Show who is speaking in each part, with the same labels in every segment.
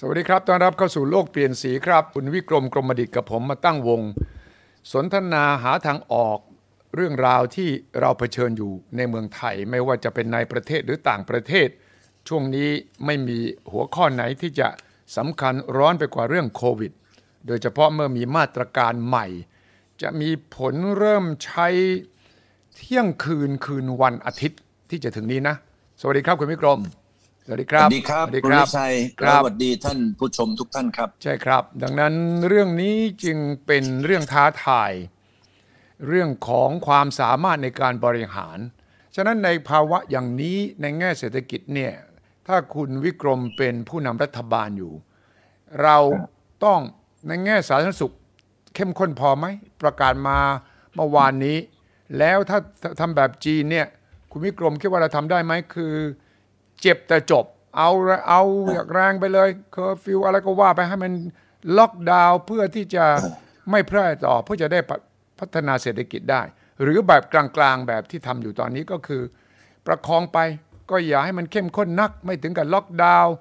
Speaker 1: สวัสดีครับ ต้อนรับเข้าสู่โลกเปลี่ยนสีครับ คุณวิกรมกรมดิตกับผมมาตั้งวง สนทนาหาทางออกเรื่องราวที่เราเผชิญอยู่ในเมืองไทย ไม่ว่าจะเป็นในประเทศหรือต่างประเทศ ช่วงนี้ไม่มีหัวข้อไหนที่จะสำคัญร้อนไปกว่าเรื่องโควิด โดยเฉพาะเมื่อมีมาตรการใหม่ จะมีผลเริ่มใช้เที่ยงคืนคืนวันอาทิตย์ที่จะถึงนี้นะ สวัสดีครับคุณวิกรม สวัสดีค
Speaker 2: ส
Speaker 1: รับ
Speaker 2: วัสดีครับ
Speaker 1: สวัสดี
Speaker 2: คุ
Speaker 1: ค
Speaker 2: ณ
Speaker 1: รั
Speaker 2: วิ
Speaker 1: บ
Speaker 2: ชัย
Speaker 1: ครับ
Speaker 2: สวัสดีท่านผู้ชมทุกท่านครับ
Speaker 1: ใช่ครับ ดังนั้นเรื่องนี้จึงเป็นเรื่องท้าทาย เรื่องของความสามารถในการบริหาร ฉะนั้นในภาวะอย่างนี้ในแง่เศรษฐกิจเนี่ย ถ้าคุณวิกรมเป็นผู้นำรัฐบาลอยู่ เราต้องในแง่สาธารณสุข เข้มข้นพอไหม ประกาศมาเมื่อวานนี้ แล้วถ้าทำแบบจีนเนี่ย คุณวิกรมคิดว่าเราทำได้ไหมคือ เจ็บแต่จบ เอาละเอาอยากแรงไปเลยเคอร์ฟิวอะไรก็ว่าไปให้มันล็อกดาวน์เพื่อที่จะไม่แพร่ต่อเพื่อจะได้พัพัฒนาเศรษฐกิจได้ หรือแบบกลางๆแบบที่ทำอยู่ตอนนี้ก็คือ ประคองไปก็อย่าให้มันเข้มข้นนัก ไม่ถึงกับล็อกดาวน์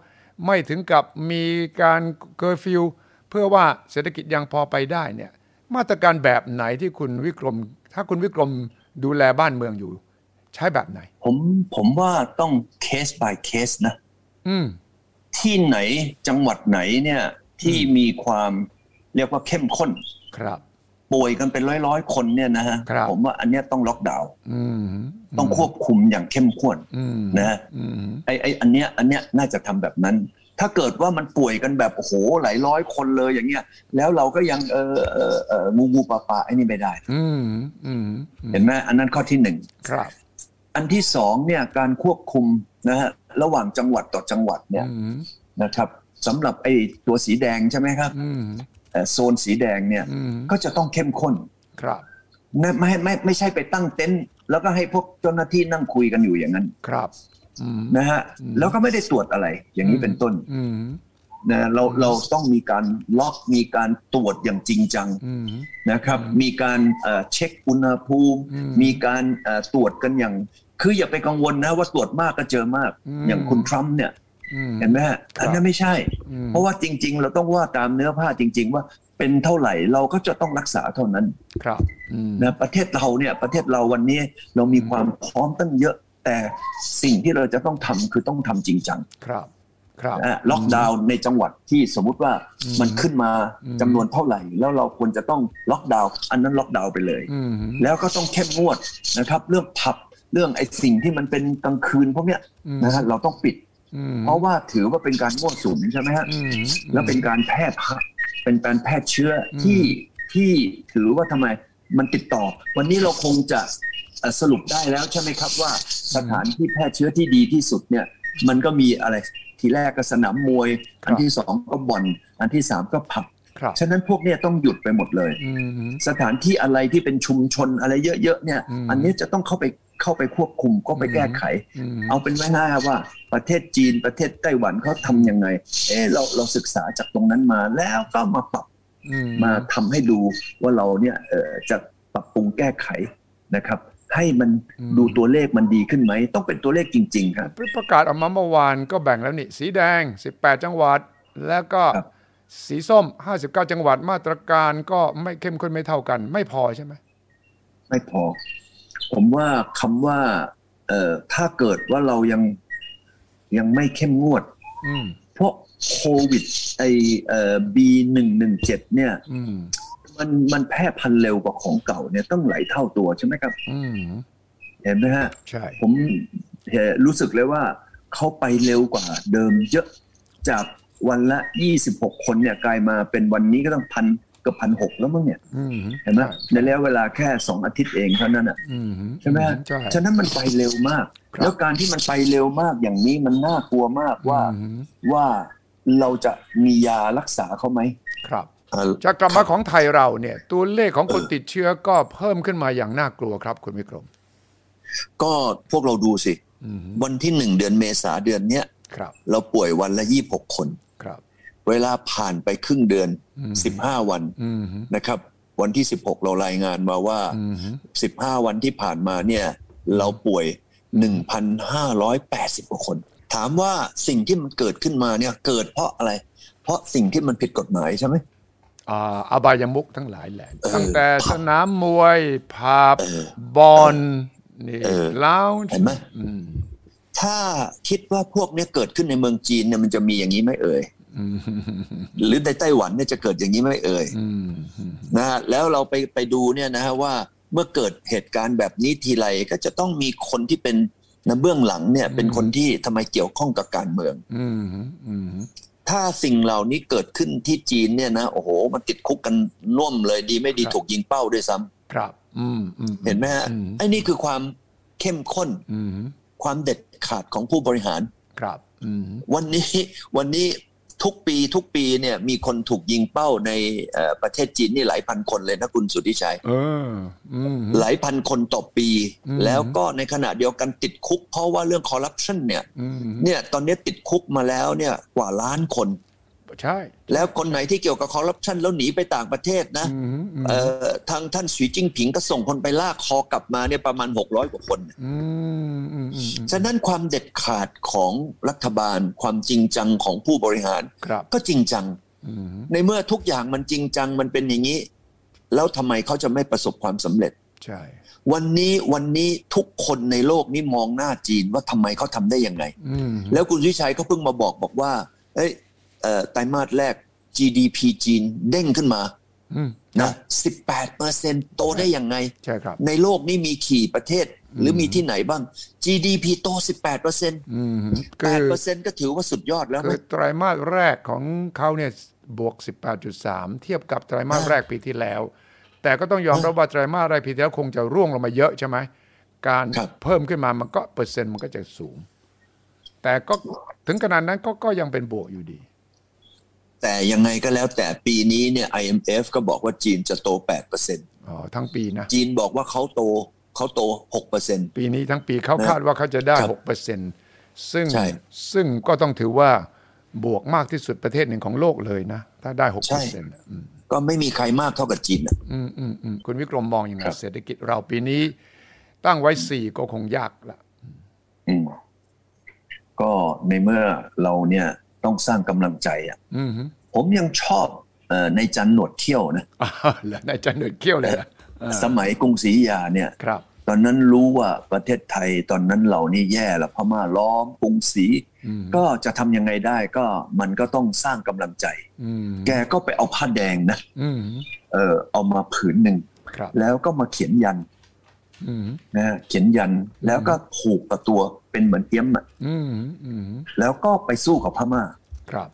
Speaker 1: ไม่ถึงกับมีการเคอร์ฟิวเพื่อว่าเศรษฐกิจยังพอไปได้เนี่ย มาตรการแบบไหนที่คุณวิกรม ถ้าคุณวิกรมดูแลบ้านเมืองอยู่ ใช้แบบไหน
Speaker 2: ผมผมว่าต้องเคส by เคสนะ
Speaker 1: อืม
Speaker 2: ที่ไหนจังหวัดไหนเนี่ยที่มีความเรียกว่าเข้มข้น
Speaker 1: ครับ
Speaker 2: ป่วยกันเป็นร้อยร้อยๆคนเนี่ยนะฮะ
Speaker 1: ครับ
Speaker 2: ผมว่าอันเนี้ยต้องล็อกดาวน์
Speaker 1: อืม
Speaker 2: ต้องควบคุมอย่างเข้มข้น
Speaker 1: อืม
Speaker 2: นะฮะ
Speaker 1: อืม
Speaker 2: ไอไออันเนี้ยอันเนี้ยน่าจะทำแบบนั้น ถ้าเกิดว่ามันป่วยกันแบบโอ้โหหลายร้อยคนเลยอย่างเงี้ยแล้วเราก็ยังเออเออเอองูงูปลาปลาไอ้นี่ไม่ได้
Speaker 1: อืมอืมอืม
Speaker 2: เห็นไหมอันนั้นข้อที่หนึ่ง
Speaker 1: ครับ
Speaker 2: อันที่สองเนี่ยการควบคุมนะฮะระหว่างจังหวัดต่อจังหวัดเนี่ย
Speaker 1: อืม
Speaker 2: นะครับสำหรับไอ้ตัวสีแดงใช่ไหมครับ
Speaker 1: อืม
Speaker 2: เอ่อโซนสีแดงเนี่ย
Speaker 1: อืม
Speaker 2: ก็จะต้องเข้มข้น
Speaker 1: ครับ
Speaker 2: ไม่ไม่ไม่ไม่ใช่ไปตั้งเต็นท์แล้วก็ให้พวกเจ้าหน้าที่นั่งคุยกันอยู่อย่างนั้น
Speaker 1: ครับอืม
Speaker 2: นะฮะ
Speaker 1: อืม
Speaker 2: แล้วก็ไม่ได้ตรวจอะไรอย่างนี้เป็นต้น
Speaker 1: อืม
Speaker 2: นะเราเราต้องมีการล็อกมีการตรวจอย่างจริงจัง
Speaker 1: อืม
Speaker 2: นะครับ มีการเอ่อเช็คอุณหภูมิ
Speaker 1: อืม
Speaker 2: มีการเอ่อตรวจกันอย่าง คืออย่าไปกังวลนะว่าตรวจมากก็เจอมาก
Speaker 1: อืม
Speaker 2: อย่างคุณทรัมป์เนี่ย
Speaker 1: อืม
Speaker 2: เห็นไหมฮะ
Speaker 1: ครับ
Speaker 2: อันนั้นไม่ใช่
Speaker 1: อืม
Speaker 2: เพราะว่าจริง ๆ เราต้องว่าตามเนื้อผ้าจริง ๆ ว่าเป็นเท่าไหร่เราก็จะต้องรักษาเท่านั้น
Speaker 1: ครับอืม
Speaker 2: นะประเทศเราเนี่ยประเทศเราวันนี้เรามีความพร้อมตั้งเยอะ แต่สิ่งที่เราจะต้องทำคือต้องทำจริงจัง
Speaker 1: ครับ ครับ
Speaker 2: นะฮะล็อกดาวน์ในจังหวัดที่สมมุติว่า
Speaker 1: อืม
Speaker 2: มันขึ้นมา
Speaker 1: อืม
Speaker 2: จำนวนเท่าไหร่ แล้วเราควรจะต้องล็อกดาวน์อันนั้นล็อกดาวน์ไปเลย
Speaker 1: อืม
Speaker 2: แล้วก็ต้องเข้มงวดนะครับ เรื่องผับเรื่องไอ้สิ่งที่มันเป็นกลางคืนพวกเนี้ย
Speaker 1: อืม
Speaker 2: นะฮะเราต้องปิด
Speaker 1: อืม
Speaker 2: เพราะว่าถือว่าเป็นการมั่วสุมใช่ไหมฮะ
Speaker 1: อืม
Speaker 2: แล้วเป็นการแพร่พัเป็นการแพร่เชื้ออ
Speaker 1: ม
Speaker 2: ที่ที่ถือว่าทำไมมันติดต่อ วันนี้เราคงจะเอ่อสรุปได้แล้วใช่ไหมครับว่าสถานที่แพร่เชื้อที่ดีที่สุดเนี่ยมันก็มีอะไรทีแรกก็สนามมวย อันที่สองก็บ่อน อันที่สามก็ผับ
Speaker 1: ครับ
Speaker 2: ฉะนั้นพวกเนี่ยต้องหยุดไปหมดเลย
Speaker 1: อืม
Speaker 2: สถานที่อะไรที่เป็นชุมชนอะไรเยอะๆเนี่ย
Speaker 1: อืม
Speaker 2: อันนี้จะต้องเข้าไปเข้าไปควบคุมก็ไป
Speaker 1: อืม
Speaker 2: แก้ไข
Speaker 1: อืม
Speaker 2: เอาเป็นไว้หน้าว่าประเทศจีนประเทศไต้หวันเขาทำยังไง เออเราเราศึกษาจากตรงนั้นมาแล้วก็มาปรับ
Speaker 1: อืม
Speaker 2: มาทำให้ดูว่าเราเนี่ยเออจะปรับปรุงแก้ไขนะครับ ให้มันดูตัวเลขมันดีขึ้นไหม ต้องเป็นตัวเลขจริง ๆ ครับ
Speaker 1: ประกาศออกมาเมื่อวานก็แบ่งแล้วนี่ สีแดง 18 จังหวัด แล้วก็
Speaker 2: ครับ
Speaker 1: สีส้ม 59 จังหวัดมาตรการก็ไม่เข้มข้นไม่เท่ากัน ไม่พอใช่ไหม
Speaker 2: ไม่พอ ผมว่าคำว่าเออถ้าเกิดว่าเรายังยังไม่เข้มงวด
Speaker 1: อืม
Speaker 2: เพราะโควิดไอเอ่อบีหนึ่งหนึ่งเจ็ดเนี่ย
Speaker 1: อืม
Speaker 2: มันมันแพร่พันธุ์เร็วกว่าของเก่าเนี่ยต้องหลายเท่าตัวใช่ไหมครับ
Speaker 1: อืม
Speaker 2: เห็นไหมฮะ
Speaker 1: ใช่
Speaker 2: ผมเอ่อรู้สึกเลยว่าเขาไปเร็วกว่าเดิมเยอะจากวันละ 26 คนเนี่ยกลายมาเป็นวันนี้ก็ต้องพันเกับพันหกแล้วมั้งเนี่ย
Speaker 1: อืม
Speaker 2: เห็นไหม
Speaker 1: ใช่
Speaker 2: ในระยะเวลาแค่ 2 อาทิตย์เองเท่านั้นอ่ะ
Speaker 1: อื
Speaker 2: ใช่ไหมฮะ
Speaker 1: ใช่
Speaker 2: ฉะนั้นมันไปเร็วมาก
Speaker 1: ครับ
Speaker 2: แล้วการที่มันไปเร็วมากอย่างนี้มันน่ากลัวมากว่า
Speaker 1: อืม
Speaker 2: ว่าเราจะมียารักษาเขาไหม
Speaker 1: ครับ
Speaker 2: เอ่อ
Speaker 1: จากกลับมาของไทยเราเนี่ย ตัวเลขของคนติดเชื้อก็เพิ่มขึ้นมาอย่างน่ากลัวครับ คุณวิกรม
Speaker 2: ก็พวกเราดูสิ
Speaker 1: อืม
Speaker 2: วันที่หนึ่งเดือนเมษาเดือนเนี้ย
Speaker 1: ครับ
Speaker 2: เราป่วยวันละ 26 คน
Speaker 1: ครับ
Speaker 2: เวลาผ่านไปครึ่งเดือน
Speaker 1: อืม
Speaker 2: 15 วัน
Speaker 1: อืม
Speaker 2: นะครับ วันที่ 16 เรารายงานมาว่า
Speaker 1: อืม
Speaker 2: 15 วันที่ผ่านมาเนี่ย เราป่วย 1,580กว่าคน ถามว่าสิ่งที่มันเกิดขึ้นมาเนี่ยเกิดเพราะอะไร เพราะสิ่งที่มันผิดกฎหมายใช่ไหม
Speaker 1: อ่าอบายมุกทั้งหลายแหละ
Speaker 2: เออ
Speaker 1: ตั้งแต่
Speaker 2: ผับ
Speaker 1: สนามมวยผับ
Speaker 2: เออบ
Speaker 1: อลนี่
Speaker 2: เออ
Speaker 1: แล้ว
Speaker 2: เห็นไหม
Speaker 1: อืม
Speaker 2: ถ้าคิดว่าพวกเนี้ยเกิดขึ้นในเมืองจีนเนี่ยมันจะมีอย่างนี้ไหมเอ่ย
Speaker 1: อืม
Speaker 2: หรือในไต้หวันเนี่ยจะเกิดอย่างนี้ไหมเอ่ย
Speaker 1: อืม
Speaker 2: นะฮะแล้วเราไปไปดูเนี่ยนะฮะว่าเมื่อเกิดเหตุการณ์แบบนี้ทีไรก็จะต้องมีคนที่เป็นนะเบื้องหลังเนี่ยเป็นคนที่ทำไมเกี่ยวข้องกับการเมือง
Speaker 1: อืมอืม
Speaker 2: ถ้าสิ่งเหล่านี้เกิดขึ้นที่จีนเนี่ยนะโอ้โห มันติดคุกกันน่วมเลยดีไม่ดีถูกยิงเป้าด้วยซ้ำ
Speaker 1: ครับอืมอืม
Speaker 2: เห็นไหมฮะ
Speaker 1: อืม
Speaker 2: ไอ้นี่คือความเข้มข้น
Speaker 1: อืม
Speaker 2: ความเด็ดขาดของผู้บริหาร
Speaker 1: ครับอืม
Speaker 2: วันนี้วันนี้ทุกปีทุกปีเนี่ยมีคนถูกยิงเป้าในเอ่อประเทศจีนนี่หลายพันคนเลยนะคุณสุทธิชัย
Speaker 1: เอออืม
Speaker 2: หลายพันคนต่อปี
Speaker 1: อืม
Speaker 2: แล้วก็ในขณะเดียวกันติดคุกเพราะว่าเรื่องคอร์รัปชันเนี่ย
Speaker 1: อืม
Speaker 2: เนี่ยตอนนี้ติดคุกมาแล้วเนี่ยกว่าล้านคน
Speaker 1: ใช่
Speaker 2: แล้วคนไหนที่เกี่ยวกับคอร์รัปชันแล้วหนีไปต่างประเทศนะ
Speaker 1: อืมอืม
Speaker 2: เอ่อทางท่านสีจิ้งผิงก็ส่งคนไปลากคอกลับมาเนี่ยประมาณ 600 กว่าคน
Speaker 1: อืมอืมอืม
Speaker 2: ฉะนั้นความเด็ดขาดของรัฐบาล ความจริงจังของผู้บริหาร
Speaker 1: ครับ
Speaker 2: ก็จริงจัง
Speaker 1: อืม
Speaker 2: ในเมื่อทุกอย่างมันจริงจังมันเป็นอย่างนี้ แล้วทำไมเขาจะไม่ประสบความสำเร็จ
Speaker 1: ใช่
Speaker 2: วันนี้วันนี้ทุกคนในโลกนี้มองหน้าจีนว่าทำไมเขาทำได้ยังไง
Speaker 1: อืม
Speaker 2: แล้วคุณวิชัยก็เพิ่งมาบอกบอกว่าเอ้ยเอ่อไตรมาสแรก GDP จีนเด้งขึ้นมา
Speaker 1: อืม
Speaker 2: นะ18เปอร์เซ็นโตได้ยังไง
Speaker 1: ใช่ครับ
Speaker 2: ในโลกนี้มีขี่ประเทศหรือมีที่ไหนบ้าง GDP โต 18เปอร์เซ็นต์
Speaker 1: อืมคือ
Speaker 2: 8เปอร์เซ็นต์ก็ถือว่าสุดยอดแล้วไหม
Speaker 1: คือไตรมาสแรกของเขาเนี่ยบวก 18.3 เทียบกับไตรมาสแรกปีที่แล้ว แต่ก็ต้องยอมรับว่าไตรมาสแรกปีที่แล้วคงจะร่วงลงมาเยอะใช่ไหม การ
Speaker 2: ครับ
Speaker 1: เพิ่มขึ้นมามันก็เปอร์เซ็นต์มันก็จะสูง แต่ก็ถึงขนาดนั้นก็ก็ยังเป็นบวกอยู่ดี
Speaker 2: แต่ยังไงก็แล้วแต่ปีนี้เนี่ย IMF ก็บอกว่าจีนจะโต8เปอร์เซ็นต์
Speaker 1: อ๋อ ทั้งปีนะ
Speaker 2: จีนบอกว่าเขาโตเขาโต6เปอร์เซ็นต์
Speaker 1: ปีนี้ทั้งปีเขาคาดว่าเขาจะได้ 6%ซึ่ง
Speaker 2: ใช่
Speaker 1: ซึ่งก็ต้องถือว่าบวกมากที่สุดประเทศหนึ่งของโลกเลยนะ ถ้าได้ 6%น่ะอืม
Speaker 2: ก็ไม่มีใครมากเท่ากับจีนอะ
Speaker 1: อืมอืมอืมคุณวิกรมมองอย่างไง
Speaker 2: ครับ
Speaker 1: เศรษฐกิจเราปีนี้ ตั้งไว้สี่ก็คงยากละ
Speaker 2: อืมก็ในเมื่อเราเนี่ยต้องสร้างกำลังใจอ่ะ
Speaker 1: อืมฮึ
Speaker 2: ผมยังชอบเอ่อในจันหนวดเที่ยวนะ
Speaker 1: อ่าแล้วนายจะเหนื่อยเกี้ยวเลยละ
Speaker 2: สมัยกรุงศรีอยุธยาเนี่ย
Speaker 1: ครับ
Speaker 2: ตอนนั้นรู้ว่าประเทศไทยตอนนั้นเรานี่แย่ละพม่าล้อมกรุงศรี
Speaker 1: อืม
Speaker 2: ก็จะทำยังไงได้ก็มันก็ต้องสร้างกำลังใจ
Speaker 1: อืม
Speaker 2: แกก็ไปเอาผ้าแดงนะ
Speaker 1: อืมฮึ
Speaker 2: เออเอามาผืนหนึ่ง
Speaker 1: ครับ
Speaker 2: แล้วก็มาเขียนยัน
Speaker 1: อืมฮึ
Speaker 2: นะฮะเขียนยันแล้วก็ผูกกับตัวเป็นเหมือนเตี้ยมอะ
Speaker 1: อืมฮึอืมฮึ
Speaker 2: แล้วก็ไปสู้กับพม่า
Speaker 1: ครับ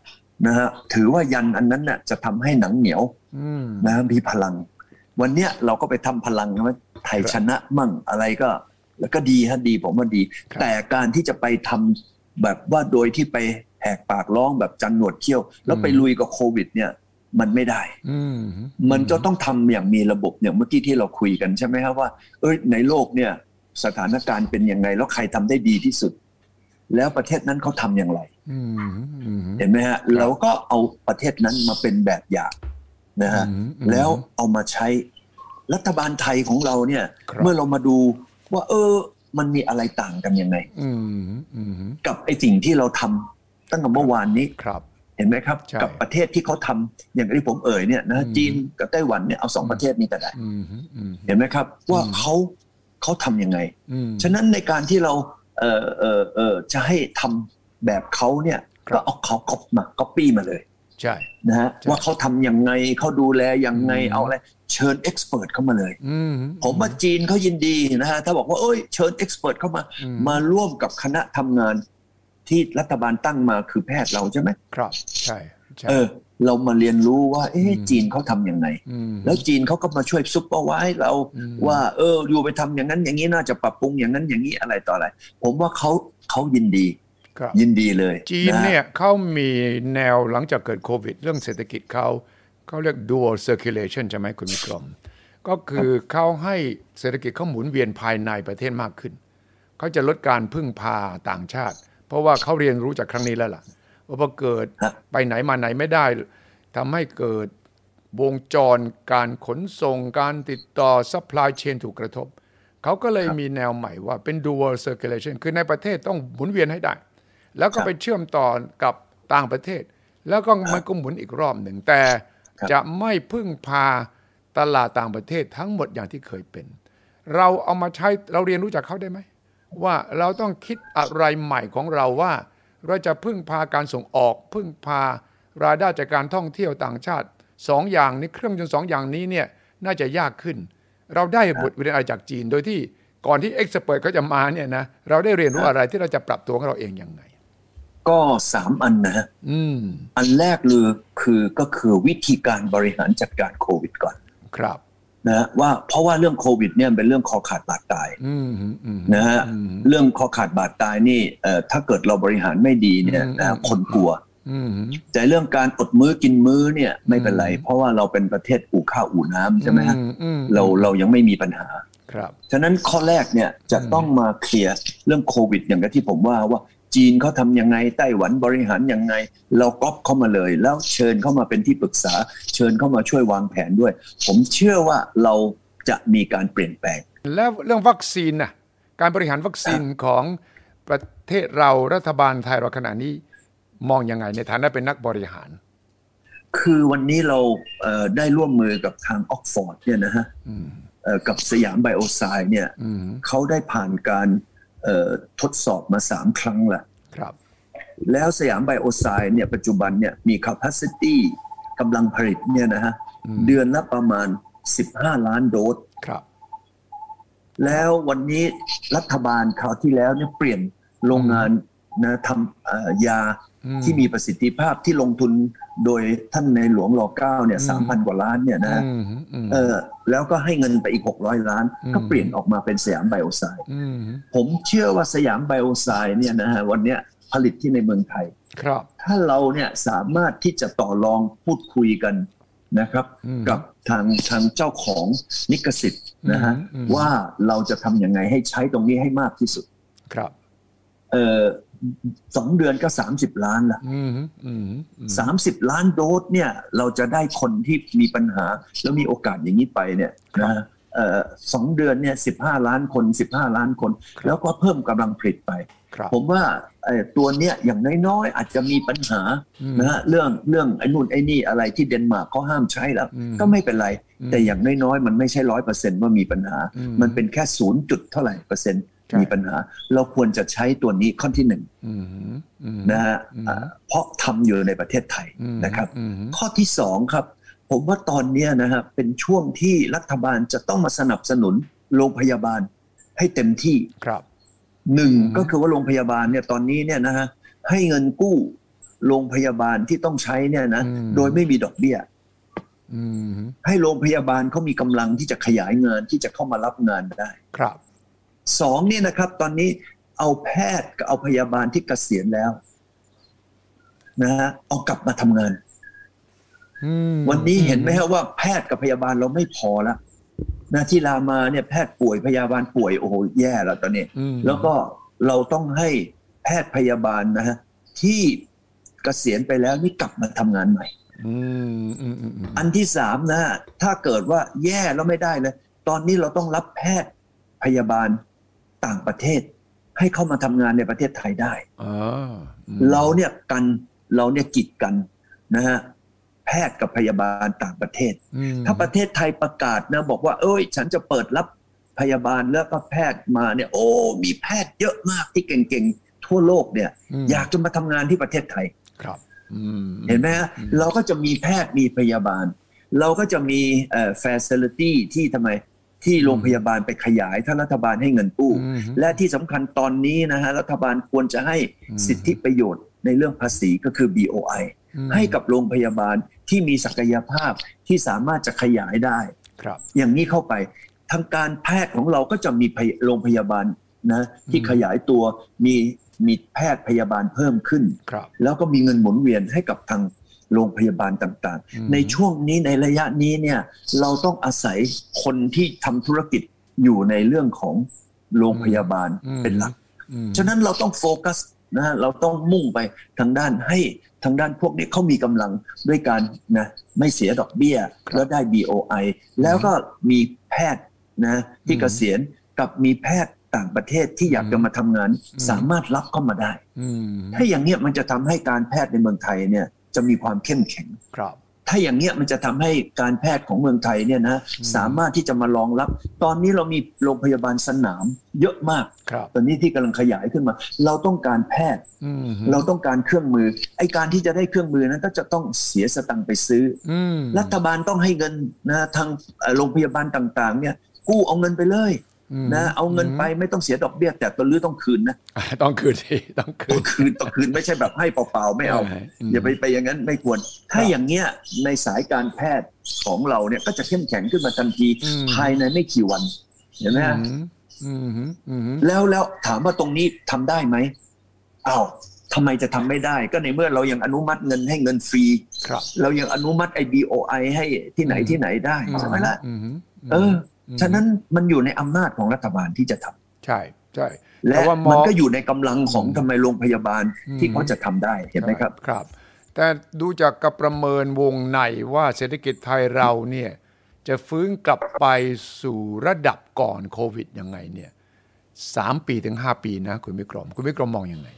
Speaker 2: นะฮะถือว่ายันอันนั้นน่ะจะทำให้หนังเหนียว
Speaker 1: อืม
Speaker 2: นะฮะมีพลัง วันเนี้ยเราก็ไปทำพลังใช่ไหมไทยชนะมั่งอะไรก็ แล้วก็ดีฮะดีผมว่าดี แต่การที่จะไปทำแบบว่าโดยที่ไปแหกปากร้องแบบจันหนวดเขี้ยว แล้วไปลุยกับโควิด เนี่ย มันไม่ได้
Speaker 1: อืมฮึ
Speaker 2: มันจะต้องทำอย่างมีระบบอย่างเมื่อกี้ที่เราคุยกันใช่ไหมครับว่า เอ้ยในโลกเนี่ย สถานการณ์เป็นยังไงแล้วใครทำได้ดีที่สุด แล้วประเทศนั้นเขาทำอย่างไร
Speaker 1: อืมฮึอืมฮึ
Speaker 2: เห็นไหมฮะเราก็เอาประเทศนั้นมาเป็นแบบอย่างนะฮะ
Speaker 1: อืมอืม
Speaker 2: แล้วเอามาใช้รัฐบาลไทยของเราเนี่ย
Speaker 1: ครับ
Speaker 2: เมื่อเรามาดูว่า เออ มันมีอะไรต่างกันยังไง
Speaker 1: อืมฮึอืมฮึ
Speaker 2: กับไอ้สิ่งที่เราทำตั้งแต่เมื่อวานนี้
Speaker 1: ครับ
Speaker 2: เห็นไหมครับ
Speaker 1: ใช่
Speaker 2: กับประเทศที่เขาทำอย่างที่ผมเอ่ยเนี่ยนะฮะ
Speaker 1: อืม
Speaker 2: จีนกับไต้หวันเนี่ยเอาสองประเทศนี้ก็ได้
Speaker 1: อืมฮึอืมฮึ
Speaker 2: เห็นไหมครับ ว่า
Speaker 1: อืม
Speaker 2: เขาเขาทำยังไง
Speaker 1: อืม
Speaker 2: ฉะนั้นในการที่เราเออเออเออจะให้ทำแบบเขาเนี่ย
Speaker 1: ครับ
Speaker 2: ก็เอาเขาก๊อปมาก๊อปปี้มาเลย
Speaker 1: ใช่
Speaker 2: นะฮะ
Speaker 1: ใช่
Speaker 2: ว่าเขาทำยังไงเขาดูแลยังไง
Speaker 1: อืม
Speaker 2: เอาอะไร เชิญเอ็กซ์เพรสเข้ามาเลย
Speaker 1: อืมฮึ
Speaker 2: ผมว่าจีนเขายินดีนะฮะถ้าบอกว่าเอ้ยเชิญเอ็กซ์เพรสเข้ามา
Speaker 1: อืม
Speaker 2: มาร่วมกับคณะทำงานที่รัฐบาลตั้งมาคือแพทย์เราใช่ไหม
Speaker 1: ครับใช่ใช่
Speaker 2: เออ เรามาเรียนรู้ว่า เอ๊ะ
Speaker 1: อืม
Speaker 2: จีนเขาทำยังไง
Speaker 1: ม
Speaker 2: แล้วจีนเขาก็มาช่วยซุปเปอร์ไวส์เรา
Speaker 1: อืม
Speaker 2: ว่า เอออยู่ไปทำอย่างนั้นอย่างนี้น่าจะปรับปรุงอย่างนั้นอย่างนี้อะไรต่ออะไร ผมว่าเขาเขายินดี
Speaker 1: ครับ
Speaker 2: ยินดีเลย
Speaker 1: จีนะ
Speaker 2: ฮะ
Speaker 1: เนี่ยเขามีแนวหลังจากเกิดโควิด เรื่องเศรษฐกิจเขาเขาเรียก dual circulation ใช่ไหมคุณมิกรม ก็คือเขาให้เศรษฐกิจเขาหมุนเวียนภายในประเทศมากขึ้น เขาจะลดการพึ่งพาต่างชาติ เพราะว่าเขาเรียนรู้จากครั้งนี้แล้วล่ะ ว่าพอเกิด
Speaker 2: ฮะ
Speaker 1: ไปไหนมาไหนไม่ได้ทำให้เกิดวงจรการขนส่งการติดต่อ supply chain ถูกกระทบ เขาก็เลยมีแนวใหม่ว่าเป็น dual circulation คือในประเทศต้องหมุนเวียนให้ได้ แล้วก็
Speaker 2: ครับ
Speaker 1: ไปเชื่อมต่อกับต่างประเทศ แล้วก็มันก็หมุนอีกรอบหนึ่งแต่
Speaker 2: ครับ
Speaker 1: จะไม่พึ่งพาตลาดต่างประเทศทั้งหมดอย่างที่เคยเป็น เราเอามาใช้เราเรียนรู้จากเขาได้ไหม ว่าเราต้องคิดอะไรใหม่ของเราว่า เราจะพึ่งพาการส่งออกพึ่งพารายได้จากการท่องเที่ยวต่างชาติสองอย่างนี้เครื่องยนต์สองอย่างนี้เนี่ยน่าจะยากขึ้น เราได้บทเรียนอะไรจากจีน โดยที่ก่อนที่เอ็กซ์เเขาจะมาเนี่ยนะเราได้เรียนรู้อะไรที่เราจะปรับตัวของเราเองยังไง
Speaker 2: ก็สามอันนะฮะ
Speaker 1: อืม
Speaker 2: อันแรกเลยคือก็คือวิธีการบริหารจัดการโควิดก่อน
Speaker 1: ครับ
Speaker 2: นะฮะว่าเพราะว่าเรื่องโควิดเนี่ยเป็นเรื่องคอขาดบาดตาย
Speaker 1: อืมอืมอืม
Speaker 2: นะฮะ
Speaker 1: อืม
Speaker 2: เรื่องคอขาดบาดตายนี่เอ่อถ้าเกิดเราบริหารไม่ดีเนี่ยนะฮะ
Speaker 1: อืม
Speaker 2: คนกลัว
Speaker 1: อืม
Speaker 2: แต่เรื่องการอดมื้อกินมื้อเนี่ยไม่เป็นไร
Speaker 1: อืม
Speaker 2: เพราะว่าเราเป็นประเทศอู่ข้าวอู่น้ำใช่ไหมฮะ
Speaker 1: อือืม
Speaker 2: เราเรายังไม่มีปัญหา
Speaker 1: ครับ
Speaker 2: ฉะนั้นข้อแรกเนี่ยจะต้องมาเคลียร์เรื่องโควิด อย่างที่ผมว่าว่าจีนเขาทำยังไงไต้หวันบริหารยังไง เราก๊อปเข้ามาเลย แล้วเชิญเข้ามาเป็นที่ปรึกษา เชิญเข้ามาช่วยวางแผนด้วย ผมเชื่อว่าเราจะมีการเปลี่ยนแปลง
Speaker 1: แล้วเรื่องวัคซีนน่ะการบริหารวัคซีนของประเทศเรารัฐบาลไทยเราขณะนี้มองยังไงในฐานะเป็นนักบริหาร
Speaker 2: คือวันนี้เราเอ่อได้ร่วมมือกับทางออกฟอร์ดเนี่ยนะฮะ
Speaker 1: อืม
Speaker 2: เอ่อกับสยามไบโอไซน์เนี่ย
Speaker 1: อืม
Speaker 2: เขาได้ผ่านการเอ่อทดสอบมา 3 ครั้งละ
Speaker 1: ครับ
Speaker 2: แล้วสยามไบโอไซน์เนี่ยปัจจุบันเนี่ยมี capacity กำลังผลิตเนี่ยนะฮะ
Speaker 1: อืม
Speaker 2: เดือนละประมาณ 15 ล้านโดส
Speaker 1: ครับ
Speaker 2: แล้ววันนี้รัฐบาลคราวที่แล้วเนี่ยเปลี่ยนโรงงานนะทำเอ่อยา
Speaker 1: อืม
Speaker 2: ที่มีประสิทธิภาพที่ลงทุนโดยท่านในหลวงรอเก้าเนี่ย
Speaker 1: อืม
Speaker 2: สามพันกว่าล้านเนี่ยนะฮะ
Speaker 1: อืมอืม
Speaker 2: เออแล้วก็ให้เงินไปอีก 600 ล้าน
Speaker 1: อืม
Speaker 2: ก็เปลี่ยนออกมาเป็นสยามไบโอไซน์
Speaker 1: อืม
Speaker 2: ผมเชื่อว่าสยามไบโอไซน์เนี่ยนะฮะวันเนี้ยผลิตที่ในเมืองไทย
Speaker 1: ครับ
Speaker 2: ถ้าเราเนี่ยสามารถที่จะต่อรองพูดคุยกันนะครับ
Speaker 1: อืม
Speaker 2: กับทางทางเจ้าของลิขสิทธิ์นะฮะ
Speaker 1: อืมอืม
Speaker 2: ว่าเราจะทำยังไงให้ใช้ตรงนี้ให้มากที่สุด
Speaker 1: ครับ
Speaker 2: เออสองเดือนก็ 30 ล้านละ
Speaker 1: อืมอืมอืม
Speaker 2: สามสิบล้านโดสเนี่ยเราจะได้คนที่มีปัญหา แล้วมีโอกาสอย่างนี้ไปเนี่ยนะฮะเอ่อสองเดือนเนี่ยสิบห้าล้านคนสิบห้าล้านคน แล้วก็เพิ่มกำลังผลิตไป
Speaker 1: ครับ
Speaker 2: ผมว่าเอ่อตัวเนี้ยอย่างน้อยๆอาจจะมีปัญหา
Speaker 1: อืม
Speaker 2: นะฮะเรื่องเรื่องไอ้นู่นไอ้นี่อะไรที่เดนมาร์กเขาห้ามใช้แล้ว
Speaker 1: อืม
Speaker 2: ก็ไม่เป็นไร
Speaker 1: อืม
Speaker 2: แต่อย่างน้อยๆมันไม่ใช่ร้อยเปอร์เซ็นต์ว่ามีปัญหา
Speaker 1: อืม
Speaker 2: มันเป็นแค่ศูนย์จุดเท่าไหร่เปอร์เซ็นต์
Speaker 1: ใช่
Speaker 2: มีปัญหา เราควรจะใช้ตัวนี้ข้อที่หนึ่ง
Speaker 1: อืมอืม
Speaker 2: นะฮะ
Speaker 1: อืม
Speaker 2: อ่าเพราะทำอยู่ในประเทศไทย
Speaker 1: อืม
Speaker 2: นะครับ
Speaker 1: อืม
Speaker 2: ข้อที่สองครับ ผมว่าตอนเนี้ยนะฮะเป็นช่วงที่รัฐบาลจะต้องมาสนับสนุนโรงพยาบาลให้เต็มที่
Speaker 1: ครับ
Speaker 2: หนึ่ง
Speaker 1: อืม
Speaker 2: ก็คือว่าโรงพยาบาลเนี่ยตอนนี้เนี่ยนะฮะให้เงินกู้โรงพยาบาลที่ต้องใช้เนี่ยนะโดยไม่มีดอกเบี้ย
Speaker 1: อืม
Speaker 2: ให้โรงพยาบาลเขามีกำลังที่จะขยายงานที่จะเข้ามารับงานได้
Speaker 1: ครับ
Speaker 2: สองเนี่ยนะครับ ตอนนี้เอาแพทย์กับเอาพยาบาลที่เกษียณแล้วนะฮะเอากลับมาทำงาน
Speaker 1: อืม
Speaker 2: วันนี้เห็นไหมฮะว่าแพทย์กับพยาบาลเราไม่พอละนะที่รามาเนี่ยแพทย์ป่วยพยาบาลป่วยโอ้โหแย่แล้วตอนนี้
Speaker 1: อืม
Speaker 2: แล้วก็เราต้องให้แพทย์พยาบาลนะฮะที่เกษียณไปแล้วนี่กลับมาทำงานใหม่
Speaker 1: อืมอืมอืมอืม
Speaker 2: อันที่สามนะฮะถ้าเกิดว่าแย่แล้วไม่ได้เลยตอนนี้เราต้องรับแพทย์พยาบาลต่างประเทศ ให้เข้ามาทำงานในประเทศไทยได้
Speaker 1: อ่าอืม
Speaker 2: เราเนี่ยกันเราเนี่ยกีดกันนะฮะแพทย์กับพยาบาลต่างประเทศ
Speaker 1: อืม
Speaker 2: ถ้าประเทศไทยประกาศนะบอกว่า เอ้ย ฉันจะเปิดรับพยาบาลแล้วก็แพทย์มาเนี่ย โอ้มีแพทย์เยอะมากที่เก่งๆ ทั่วโลกเนี่ย
Speaker 1: ม
Speaker 2: อยากจะมาทำงานที่ประเทศไทย
Speaker 1: ครับอืม
Speaker 2: เห็นไหมฮะ
Speaker 1: อืม
Speaker 2: เราก็จะมีแพทย์มีพยาบาล เราก็จะมีเอ่อ facility ที่ทำไมที่โรงพยาบาลไปขยาย ถ้ารัฐบาลให้เงินกู้
Speaker 1: อืม
Speaker 2: และที่สำคัญตอนนี้นะฮะรัฐบาลควรจะให้
Speaker 1: อืม
Speaker 2: สิทธิประโยชน์ในเรื่องภาษีก็คือ BOI
Speaker 1: อืม
Speaker 2: ให้กับโรงพยาบาลที่มีศักยภาพที่สามารถจะขยายได้
Speaker 1: ครับ
Speaker 2: อย่างนี้เข้าไป ทางการแพทย์ของเราก็จะมีพยโรงพยาบาลนะที่ขยายตัวมีมีแพทย์พยาบาลเพิ่มขึ้น
Speaker 1: ครับ
Speaker 2: แล้วก็มีเงินหมุนเวียนให้กับทางโรงพยาบาลต่าง
Speaker 1: อืม
Speaker 2: ๆ ในช่วงนี้ในระยะนี้เนี่ยเราต้องอาศัยคนที่ทำธุรกิจอยู่ในเรื่องของโรงพยาบาล
Speaker 1: อืม
Speaker 2: เป็นหลัก
Speaker 1: อืม
Speaker 2: ฉะนั้นเราต้องโฟกัสนะฮะเราต้องมุ่งไปทางด้านให้ทางด้านพวกนี้เขามีกำลังด้วยการนะไม่เสียดอกเบี้ย แล้วได้ BOI แล้วก็มีแพทย์นะที่เกษียณกับมีแพทย์ ต่างประเทศที่อยากจะมาทำงาน สามารถรับเข้ามาได้
Speaker 1: อืม
Speaker 2: ถ้าอย่างเนี้ยมันจะทำให้การแพทย์ในเมืองไทยเนี่ยจะมีความเข้มแข็ง
Speaker 1: ครับ
Speaker 2: ถ้าอย่างเนี้ยมันจะทำให้การแพทย์ของเมืองไทยเนี่ยนะ
Speaker 1: อืม
Speaker 2: สามารถที่จะมารองรับ ตอนนี้เรามีโรงพยาบาลสนามเยอะมาก
Speaker 1: ครับ
Speaker 2: ตอนนี้ที่กำลังขยายขึ้นมา เราต้องการแพทย์
Speaker 1: อืม
Speaker 2: เราต้องการเครื่องมือ ไอ้การที่จะได้เครื่องมือนั้นก็จะต้องเสียสตังค์ไปซื้ออ
Speaker 1: อืม
Speaker 2: รัฐบาลต้องให้เงินนะทางเอ่อโรงพยาบาลต่างๆเนี่ยกู้เอาเงินไปเลย
Speaker 1: อืม
Speaker 2: นะเอาเงินไปไม่ต้องเสียดอกเบี้ย แต่ตอนรื้อต้องคืนนะ
Speaker 1: อ่ะต้องคืนสิต้องคื
Speaker 2: ต้อน งคืนต้องคืนไม่ใช่แบบให้เปล่าๆไม่เอา อย่าไปไปอย่างนั้นไม่ควร ถ้าอย่างเนี้ยในสายการแพทย์ของเราเนี่ยก็จะเข้มแข็งขึ้นมาทันที
Speaker 1: อืม
Speaker 2: ภายในไม่กี่วันเห็นไหมฮะ
Speaker 1: อืมอืมอืม
Speaker 2: แล้วแล้วถามว่าตรงนี้ทำได้ไหมอ้าวทำไมจะทำไม่ได้ ก็ในเมื่อเรายังอนุมัติเงินให้เงินฟรี
Speaker 1: ครับ
Speaker 2: เรายังอนุมัติไอ BOI ให้ที่ไหน
Speaker 1: อืม
Speaker 2: ที่ไหนได้ใช่ไหมล่ะ
Speaker 1: อืม
Speaker 2: เออ
Speaker 1: ม
Speaker 2: ฉะนั้นมันอยู่ในอำนาจของรัฐบาลที่จะทำ
Speaker 1: ใช่ใช่
Speaker 2: และ
Speaker 1: แต่ว่ามอง
Speaker 2: มันก็อยู่ในกำลังของทำไมโรงพยาบาลที่
Speaker 1: อืม
Speaker 2: เขาจะทำได้เห็นไหมครับ
Speaker 1: ครับ แต่ดูจากการประเมินวงในว่าเศรษฐกิจไทยเราเนี่ย จะฟื้นกลับไปสู่ระดับก่อนโควิดยังไงเนี่ยสามปีถึงห้าปีนะ คุณวิกรม คุณวิกรมมองยังไง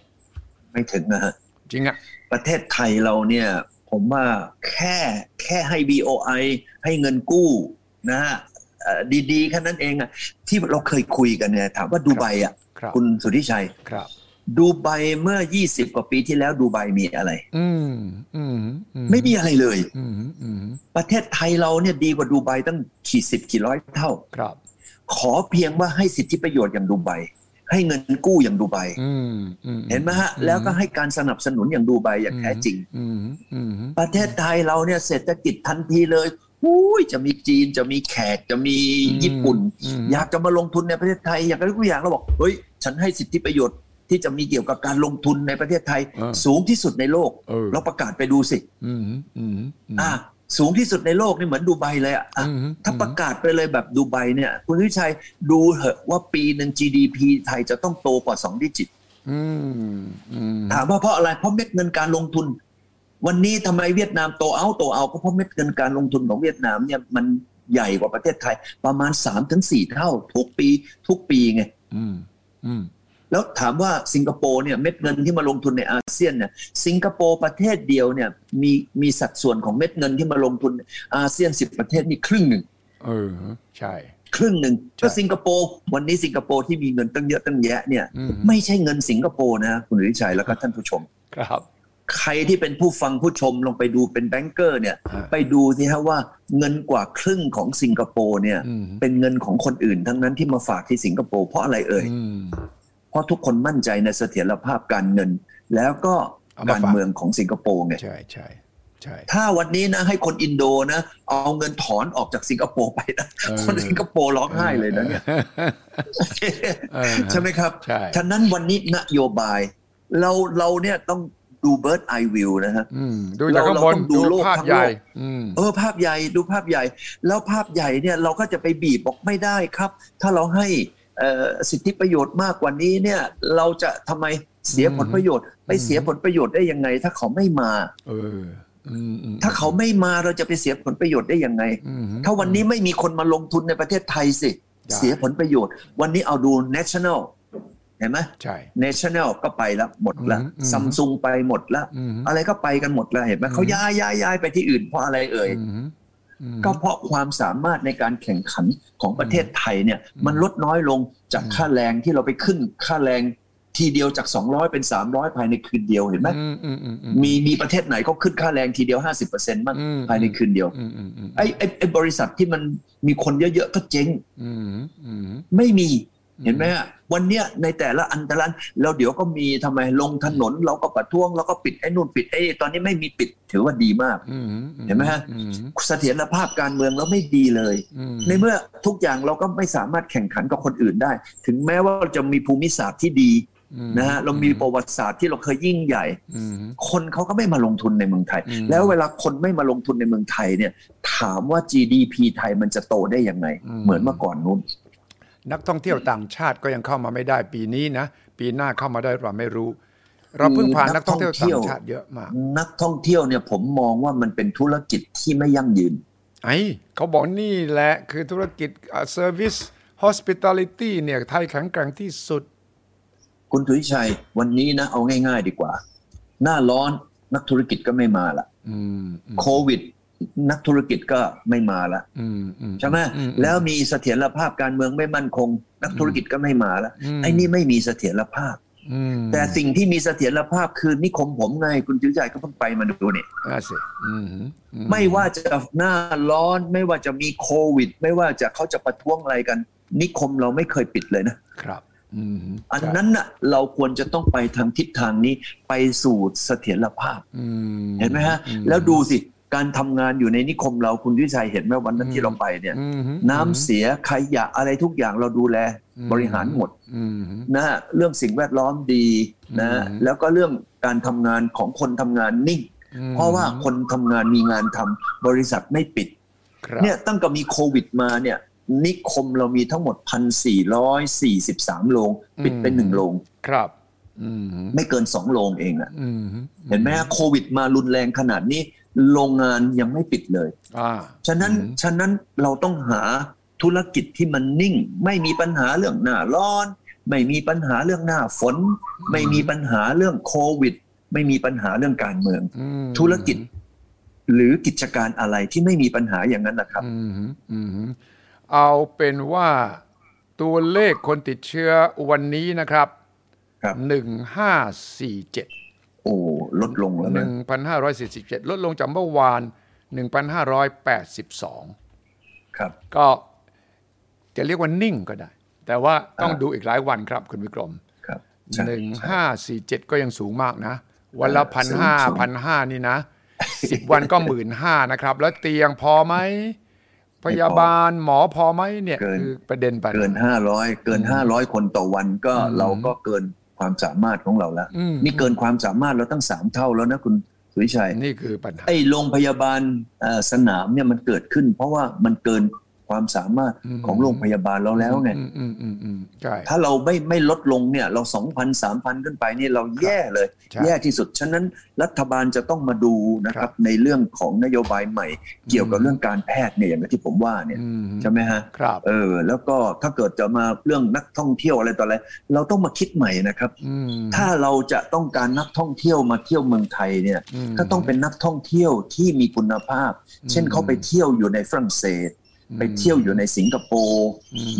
Speaker 2: ไม่ถึงนะฮะ
Speaker 1: จริงอะ
Speaker 2: ประเทศไทยเราเนี่ยผมว่าแค่แค่ให้ BOI ให้เงินกู้นะฮะเอ่อดีๆแค่นั้นเองอะที่เราเคยคุยกันเนี่ยถามว่าดูไบอ่ะ
Speaker 1: ครับ
Speaker 2: คุณสุทธิชัย
Speaker 1: ครับ
Speaker 2: ดูไบเมื่อ 20 กว่าปีที่แล้วดูไบมีอะไร
Speaker 1: อืมอืมอื
Speaker 2: ไม่มีอะไรเลย
Speaker 1: อืมอืม
Speaker 2: ประเทศไทยเราเนี่ยดีกว่าดูไบตั้งกี่สิบกี่ร้อยเท่า
Speaker 1: ครับ
Speaker 2: ขอเพียงว่าให้สิทธิประโยชน์อย่างดูไบให้เงินกู้อย่างดูไบ
Speaker 1: อืมอืม
Speaker 2: เห็นไหมฮะแล้วก็ให้การสนับสนุนอย่างดูไบอย่าง
Speaker 1: อืม
Speaker 2: แท้จริง
Speaker 1: อืมอืม
Speaker 2: ประเทศไทยเราเนี่ยเศรษฐกิจทันทีเลยอุ้ยจะมีจีนจะมีแขกจะมีญี่ปุ่น
Speaker 1: อืม
Speaker 2: อยากจะมาลงทุนในประเทศไทย อยากได้ทุกอย่างเราบอกเฮ้ยฉันให้สิทธิประโยชน์ที่จะมีเกี่ยวกับการลงทุนในประเทศไทย
Speaker 1: เออ
Speaker 2: สูงที่สุดในโลก
Speaker 1: เออ
Speaker 2: เราประกาศไปดูสิ
Speaker 1: อืมอืมม
Speaker 2: อ่ะสูงที่สุดในโลกนี่เหมือนดูไบเลยอะอ่ะ
Speaker 1: อืม
Speaker 2: ถ้าประกาศไปเลยแบบดูไบเนี่ย คุณวิชัยดูเหอะว่าปีหนึ่ง GDP ไทยจะต้องโตกว่าสองดิจิต
Speaker 1: อืมอืม
Speaker 2: ถามว่าเพราะอะไร เพราะเม็ดเงินการลงทุน วันนี้ทำไมเวียดนามโตเอาโตเอาก็เพราะเม็ดเงินการลงทุนของเวียดนามเนี่ยมันใหญ่กว่าประเทศไทย ประมาณ3าถึงสเท่า ทุกปีทุกปีไง
Speaker 1: อืมอืม
Speaker 2: แล้วถามว่าสิงคโปร์เนี่ยเม็ดเงินที่มาลงทุนในอาเซียนเนี่ยสิงคโปร์ประเทศเดียวเนี่ยมีมีสัดส่วนของเม็ดเงินที่มาลงทุนอาเซียน 10 ประเทศนี่ครึ่งหนึ่ง
Speaker 1: เออใช่
Speaker 2: ครึ่งหนึ่ง
Speaker 1: ใช่
Speaker 2: ก็สิงคโปร์วันนี้สิงคโปร์ที่มีเงินตั้งเยอะตั้งแยะเนี่ย
Speaker 1: อื
Speaker 2: ไม่ใช่เงินสิงคโปร์นะคุณวิชัยแล้วก็ท่านผู้ชม
Speaker 1: ครับ
Speaker 2: ใครที่เป็นผู้ฟังผู้ชมลงไปดูเป็นแบงก์เกอร์เนี่ย
Speaker 1: อ่ะ
Speaker 2: ไปดูสิฮะว่าเงินกว่าครึ่งของสิงคโปร์เนี่ย
Speaker 1: อืม
Speaker 2: เป็นเงินของคนอื่นทั้งนั้นที่มาฝากที่สิงคโปร์เพราะอะไรเอ่ย
Speaker 1: อืม
Speaker 2: เพราะทุกคนมั่นใจในเสถียรภาพการเงิน แล้วก็
Speaker 1: เอามาฝาก
Speaker 2: การเมืองของสิงคโปร์ไง
Speaker 1: ใช่ใช่ใช่
Speaker 2: ถ้าวันนี้นะให้คนอินโดนะเอาเงินถอนออกจากสิงคโปร์ไปนะ
Speaker 1: เออ
Speaker 2: คนสิงคโปร์ร้องไห้เลยนะเนี่ย
Speaker 1: เออ
Speaker 2: ใช่ไหมครับ
Speaker 1: ใช่
Speaker 2: ฉะนั้นวันนี้นโยบาย เราเราเนี่ยต้องดูเบิร์ดไอวิวนะฮะ
Speaker 1: อืมดูจากข้างบน
Speaker 2: เราต้องดู
Speaker 1: ดู
Speaker 2: โลก
Speaker 1: ภาพ
Speaker 2: ทั้งโลก
Speaker 1: ใหญ่ อืม
Speaker 2: เออภาพใหญ่ดูภาพใหญ่ แล้วภาพใหญ่เนี่ยเราก็จะไปบีบบอกไม่ได้ครับ ถ้าเราให้เอ่อสิทธิประโยชน์มากกว่านี้เนี่ยเราจะทำไมเสียผลประโยชน์ ไปเสียผลประโยชน์ได้ยังไง ถ้าเขาไม่มา
Speaker 1: เอออืมอืม
Speaker 2: ถ้าเขาไม่มาเราจะไปเสียผลประโยชน์ได้ยังไง
Speaker 1: อืม
Speaker 2: ถ้าวันนี้ไม่มีคนมาลงทุนในประเทศไทยสิ
Speaker 1: ได้
Speaker 2: เสียผลประโยชน์ วันนี้เอาดู national เห็นไหม
Speaker 1: ใช่
Speaker 2: national ก็ไปละหมดละ
Speaker 1: อืมอืม
Speaker 2: ซัมซุงไปหมดละ
Speaker 1: อืม
Speaker 2: อะไรก็ไปกันหมดละเห็นไหมเขาย้ายย้ายย้ายไปที่อื่นเพราะอะไรเอ่ย
Speaker 1: อืมอืม
Speaker 2: ก็เพราะความสามารถในการแข่งขันของประเทศไทยเนี่ย
Speaker 1: อืม
Speaker 2: มันลดน้อยลงจาก
Speaker 1: อืม
Speaker 2: ค่าแรงที่เราไปขึ้นค่าแรงทีเดียวจาก 200 เป็น 300 ภายในคืนเดียวเห็นไหม
Speaker 1: อืมอืมอืมอื
Speaker 2: มีมีประเทศไหนก็ขึ้นค่าแรงทีเดียว 50%มั้ง
Speaker 1: อืม
Speaker 2: ภายในคืนเดียว
Speaker 1: อืมอืมอืม
Speaker 2: ไอ้ไอ้ไอ้บริษัทที่มันมีคนเยอะๆก็เจ๊ง
Speaker 1: อืมอืม
Speaker 2: ไม่มี
Speaker 1: อืม
Speaker 2: เห็นไหมฮะวันเนี้ยในแต่ละอันตรันเราเดี๋ยวก็มีทำไมลงถนนเราก็ประท้วงเราก็ปิดไอ้นู่นปิดไอ้นี่ตอนนี้ไม่มีปิดถือว่าดีมาก
Speaker 1: อืม
Speaker 2: เห็นไหมฮะ
Speaker 1: อืม
Speaker 2: เสถียรภาพการเมืองเราไม่ดีเลย
Speaker 1: อืม
Speaker 2: ในเมื่อทุกอย่างเราก็ไม่สามารถแข่งขันกับคนอื่นได้ ถึงแม้ว่าเราจะมีภูมิศาสตร์ที่ดีนะฮะเรามีประวัติศาสตร์ที่เราเคยยิ่งใหญ่
Speaker 1: อืม
Speaker 2: คนเขาก็ไม่มาลงทุนในเมืองไทย
Speaker 1: อืม
Speaker 2: แล้วเวลาคนไม่มาลงทุนในเมืองไทยเนี่ย ถามว่า GDP ไทยมันจะโตได้ยังไง เหมือนเมื่อก่อนนู้น
Speaker 1: นักท่องเที่ยวต่างชาติก็ยังเข้ามาไม่ได้ปีนี้นะ ปีหน้าเข้ามาได้หรือเปล่าไม่รู้ เราเพิ่งผ่านนักท่องเที่ยวต่างชาติเยอะมาก
Speaker 2: นักท่องเที่ยวเนี่ยผมมองว่ามันเป็นธุรกิจที่ไม่ยั่งยืน
Speaker 1: ไอ้เขาบอกนี่แหละคือธุรกิจเซอร์วิส hospitality เนี่ยไทยแข็งแกร่งที่สุด
Speaker 2: คุณถุยชัย วันนี้นะเอาง่าย ๆ ดีกว่า หน้าร้อนนักธุรกิจก็ไม่มาละ
Speaker 1: อืมอืม
Speaker 2: โควิด นักธุรกิจก็ไม่มาละ
Speaker 1: อืมอืม
Speaker 2: ใช่ไหม
Speaker 1: อืม
Speaker 2: แล้วมีเสถียรภาพการเมืองไม่มั่นคง นักธุรกิจก็ไม่มาละ
Speaker 1: อืม
Speaker 2: ไอ้นี่ไม่มีเสถียรภาพ
Speaker 1: อืม
Speaker 2: แต่สิ่งที่มีเสถียรภาพคือนิคมผมไงคุณจุ๋ยใจก็เพิ่งไปมาดูเนี่ย
Speaker 1: น่าสิอืมอืม
Speaker 2: ไม่ว่าจะหน้าร้อนไม่ว่าจะมีโควิด ไม่ว่าจะเขาจะประท้วงอะไรกัน นิคมเราไม่เคยปิดเลยนะ
Speaker 1: ครับอืม
Speaker 2: อันนั้นน่ะเราควรจะต้องไปทางทิศทางนี้ไปสู่เสถียรภาพ
Speaker 1: อืม
Speaker 2: เห็นไหมฮะ แล้วดูสิการทำงานอยู่ในนิคมเราคุณวิชัยเห็นไหมวันนั้น
Speaker 1: อืม
Speaker 2: ที่เราไปเนี่ย
Speaker 1: อืม
Speaker 2: น้ำเสียขยะอะไรทุกอย่างเราดูแล
Speaker 1: อืม
Speaker 2: บริหารหมด
Speaker 1: อืม
Speaker 2: นะฮะเรื่องสิ่งแวดล้อมดีนะฮะ
Speaker 1: อืม
Speaker 2: แล้วก็เรื่องการทำงานของคนทำงานนิ่ง
Speaker 1: ม
Speaker 2: เพราะว่าคนทำงานมีงานทำบริษัทไม่ปิด
Speaker 1: ครับ
Speaker 2: เนี่ยตั้งแต่มีโควิดมาเนี่ยนิคมเรามีทั้งหมด 1,443 โรง ปิดเป็นหนึ่งโรง
Speaker 1: ครับ อืม
Speaker 2: ไม่เกิน 2 โรงเองอะ
Speaker 1: อืม
Speaker 2: เห็นไหมฮะโควิดมารุนแรงขนาดนี้ โรงงานยังไม่ปิดเลย
Speaker 1: อ่า
Speaker 2: ฉะนั้น
Speaker 1: อืม
Speaker 2: ฉะนั้นเราต้องหาธุรกิจที่มันนิ่ง ไม่มีปัญหาเรื่องหน้าร้อน ไม่มีปัญหาเรื่องหน้าฝน ไม่มีปัญหาเรื่องโควิด ไม่มีปัญหาเรื่องการเมือง
Speaker 1: อืม
Speaker 2: ธุรกิจ หรือกิจการอะไรที่ไม่มีปัญหาอย่างนั้นนะครับ
Speaker 1: อืมอืมเอาเป็นว่าตัวเลขคนติดเชื้อวันนี้นะครับ
Speaker 2: ครับ
Speaker 1: หนึ่งห้าสี่เจ็ด
Speaker 2: โอ้ลดลงแล้วนะ
Speaker 1: 1,547 ลดลงจากเมื่อวาน 1,582
Speaker 2: ครับ
Speaker 1: ก็จะเรียกว่านิ่งก็ได้ แต่ว่าต้อง
Speaker 2: อ่า
Speaker 1: ดูอีกหลายวันครับคุณวิกรม
Speaker 2: ครับใช่
Speaker 1: 1,547 ก็ยังสูงมากนะ วันละพันห้า
Speaker 2: สูง
Speaker 1: พันห้านี่นะสิบวันก็หมื่นห้านะครับ แล้วเตียงพอไหม พยาบาลหมอพอไหมเนี่ยคือประเด็นปัญ
Speaker 2: เกิน
Speaker 1: หา
Speaker 2: ห้าร้อยเกินห้าร้อยคนต่อวันก็
Speaker 1: อืม
Speaker 2: เราก็เกินความสามารถของเราแล้ว
Speaker 1: อืม
Speaker 2: นี่เกินความสามารถเราตั้งสามเท่าแล้วนะคุณสุวิชัย
Speaker 1: นี่คือปัญหา
Speaker 2: ไอ้โรงพยาบาลเอ่อสนามเนี่ยมันเกิดขึ้น เพราะว่ามันเกินความสามารถ
Speaker 1: อืม
Speaker 2: ของโรงพยาบาลเราแล้วไง
Speaker 1: อืมอืมอืมอืมใช่
Speaker 2: ถ้าเราไม่ไม่ลดลงเนี่ยเราสองพันสามพันขึ้นไปนี่เราแย่เลย
Speaker 1: ใช่
Speaker 2: แย่ที่สุด ฉะนั้นรัฐบาลจะต้องมาดูนะ
Speaker 1: ค
Speaker 2: ค
Speaker 1: รั
Speaker 2: รับบ ในเรื่องของนโยบายใหม่ เกี่ยวกับ
Speaker 1: อืม
Speaker 2: เรื่องการแพทย์เนี่ยอย่างที่ผมว่าเนี่ย
Speaker 1: อืม
Speaker 2: ใช่ไหมฮะ
Speaker 1: ครับ
Speaker 2: เออแล้วก็ถ้าเกิดจะมาเรื่องนักท่องเที่ยวอะไรต่ออะไรเราต้องมาคิดใหม่นะครับ
Speaker 1: อืม
Speaker 2: ถ้าเราจะต้องการนักท่องเที่ยวมาเที่ยวเมืองไทยเนี่ย
Speaker 1: ม
Speaker 2: ก็ต้องเป็นนักท่องเที่ยวที่มีคุณภาพ
Speaker 1: อืม
Speaker 2: เช่นเขาไปเที่ยวอยู่ในฝรั่งเศส ไปเที่ยวอยู่ในสิงคโปร์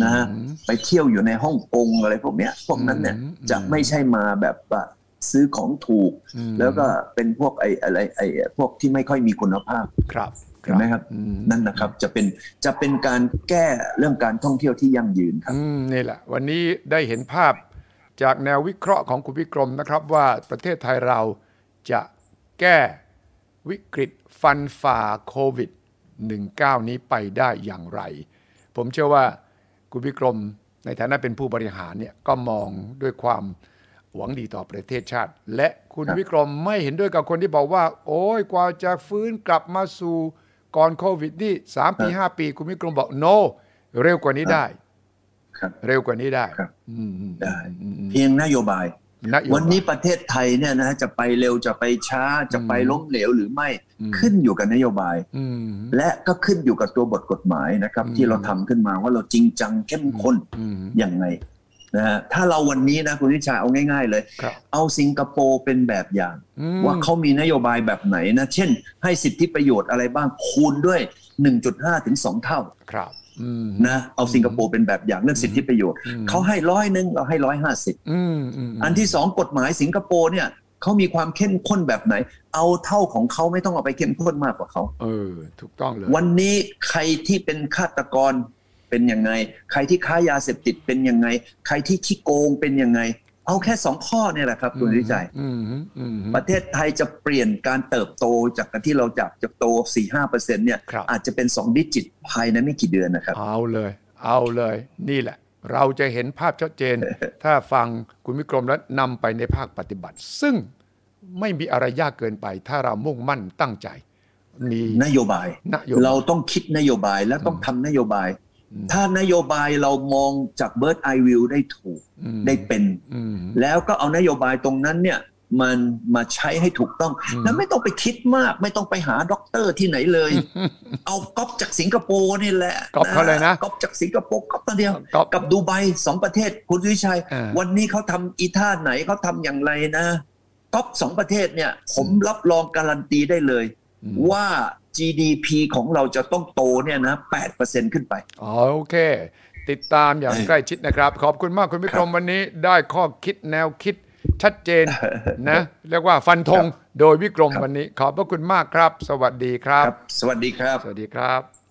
Speaker 2: นะฮะ
Speaker 1: อืม
Speaker 2: ไปเที่ยวอยู่ในฮ่องกงอะไรพวกเนี้ยพวกนั้นเนี่ย
Speaker 1: อืม
Speaker 2: จะไม่ใช่มาแบบว่าซื้อของถูก
Speaker 1: อืม
Speaker 2: แล้วก็เป็นพวกไอ้อะไรไอ้พวกที่ไม่ค่อยมีคุณภาพ
Speaker 1: ครับ
Speaker 2: เห็นไหมครับ
Speaker 1: อื
Speaker 2: นั่นนะครับจะเป็นจะเป็นการแก้เรื่องการท่องเที่ยวที่ยั่งยืนครับ
Speaker 1: อืมนี่แหละ วันนี้ได้เห็นภาพจากแนววิเคราะห์ของคุณวิกรมนะครับ ว่าประเทศไทยเราจะแก้วิกฤตฟันฝ่าโควิด -19 นี้ไปได้อย่างไร ผมเชื่อว่าคุณวิกรมในฐานะเป็นผู้บริหารเนี่ยก็มองด้วยความหวังดีต่อประเทศชาติ และคุณ
Speaker 2: ครับ
Speaker 1: วิกรมไม่เห็นด้วยกับคนที่บอกว่า โอ้ยกว่าจะฟื้นกลับมาสู่ก่อนโควิดนี่สามปีห้าปี คุณวิกรมบอก no เร็วกว่านี้ได้
Speaker 2: ครับ
Speaker 1: เร็วกว่านี้ได้
Speaker 2: ครับ
Speaker 1: อืมอืม
Speaker 2: ได้
Speaker 1: อืมอืม
Speaker 2: เพียงนโยบาย
Speaker 1: ะโยบาย
Speaker 2: วันนี้ประเทศไทยเนี่ยนะฮะจะไปเร็วจะไปช้าจะไปล้มเหลวหรือไม่
Speaker 1: อืม
Speaker 2: ขึ้นอยู่กับนโยบาย
Speaker 1: อืม
Speaker 2: และก็ขึ้นอยู่กับตัวบทกฎหมายนะครับ
Speaker 1: อืม
Speaker 2: ที่เราทำขึ้นมาว่าเราจริงจังเข้มข้น
Speaker 1: อืม
Speaker 2: ยังไงนะฮะถ้าเราวันนี้นะคุณวิชาเอาง่ายๆเลย
Speaker 1: ครับ
Speaker 2: เอาสิงคโปร์เป็นแบบอย่าง
Speaker 1: อืม
Speaker 2: ว่าเขามีนโยบายแบบไหนนะ เช่น ให้สิทธิประโยชน์อะไรบ้างคูณด้วย 1.5 ถึง 2 เท่า
Speaker 1: ครับอืม
Speaker 2: นะเอาสิงคโปร์เป็นแบบอย่างเรื่องสิทธิประโยชน์
Speaker 1: อืม
Speaker 2: เขาให้ร้อยหนึ่งเราให้ร้อยห้าสิบ
Speaker 1: อืมอืม
Speaker 2: อันที่สองกฎหมายสิงคโปร์เนี่ยเขามีความเข้มข้นแบบไหน เอาเท่าของเขาไม่ต้องเอาไปเข้มข้นมากกว่าเขา
Speaker 1: เออ ถูกต้องเลย
Speaker 2: วันนี้ใครที่เป็นฆาตกรเป็นยังไง ใครที่ค้ายาเสพติดเป็นยังไง ใครที่ขี้โกงเป็นยังไง เอาแค่สองข้อเนี่ยแหละครับคุณวิจัย
Speaker 1: อืมอืมอืม
Speaker 2: ประเทศไทยจะเปลี่ยนการเติบโตจากการที่เราจากจะโต 4-5%เนี่ย
Speaker 1: ครับ
Speaker 2: อาจจะเป็น 2 ดิจิตภายในไม่กี่เดือนนะครับ
Speaker 1: เอาเลย เอาเลย นี่แหละ เราจะเห็นภาพชัดเจ น ถ้าฟังคุณวิกรมแล้วนำไปในภาคปฏิบัติ ซึ่งไม่มีอะไรยากเกินไป ถ้าเรามุ่งมั่นตั้งใจ มี
Speaker 2: นโยบาย
Speaker 1: นโยบาย
Speaker 2: เราต้องคิดนโยบายและต้องทำนโยบาย
Speaker 1: อืม
Speaker 2: ถ้านโยบายเรามองจาก Bird Eye View ได้ถูก
Speaker 1: อืม
Speaker 2: ได้เป็น
Speaker 1: อืม
Speaker 2: แล้วก็เอานโยบายตรงนั้นเนี่ย มันมาใช้ให้ถูกต้อง แล้วไม่ต้องไปคิดมาก ไม่ต้องไปหาด็อกเตอร์ที่ไหนเลย เอาก๊อปจากสิงคโปร์นี่แหละ
Speaker 1: ก๊อปเขาเลยนะ
Speaker 2: ก๊อปจากสิงคโปร์ก๊อปตัวเดียว
Speaker 1: ก๊อป
Speaker 2: กับดูไบสองประเทศคุณวิชัย
Speaker 1: อ่า
Speaker 2: วันนี้เขาทำอีท่าไหนเขาทำอย่างไรนะก๊อปสองประเทศเนี่ย ผมรับรองการันตีได้เลย
Speaker 1: อืม
Speaker 2: ว่า GDP ของเราจะต้องโตเนี่ยนะ8%ขึ้นไป
Speaker 1: อ๋อโอเค ติดตามอย่างใกล้ชิดนะครับ ขอบคุณมากคุณพิกรมวันนี้ได้ข้อคิดแนวคิดชัดเจ นนะเรียกว่าฟันธงโดยวิกรมวันนี้ ขอบพระคุณมากครับ สวัสดีครับ
Speaker 2: ครับ สวัสดีครับ
Speaker 1: สวัสดีครับ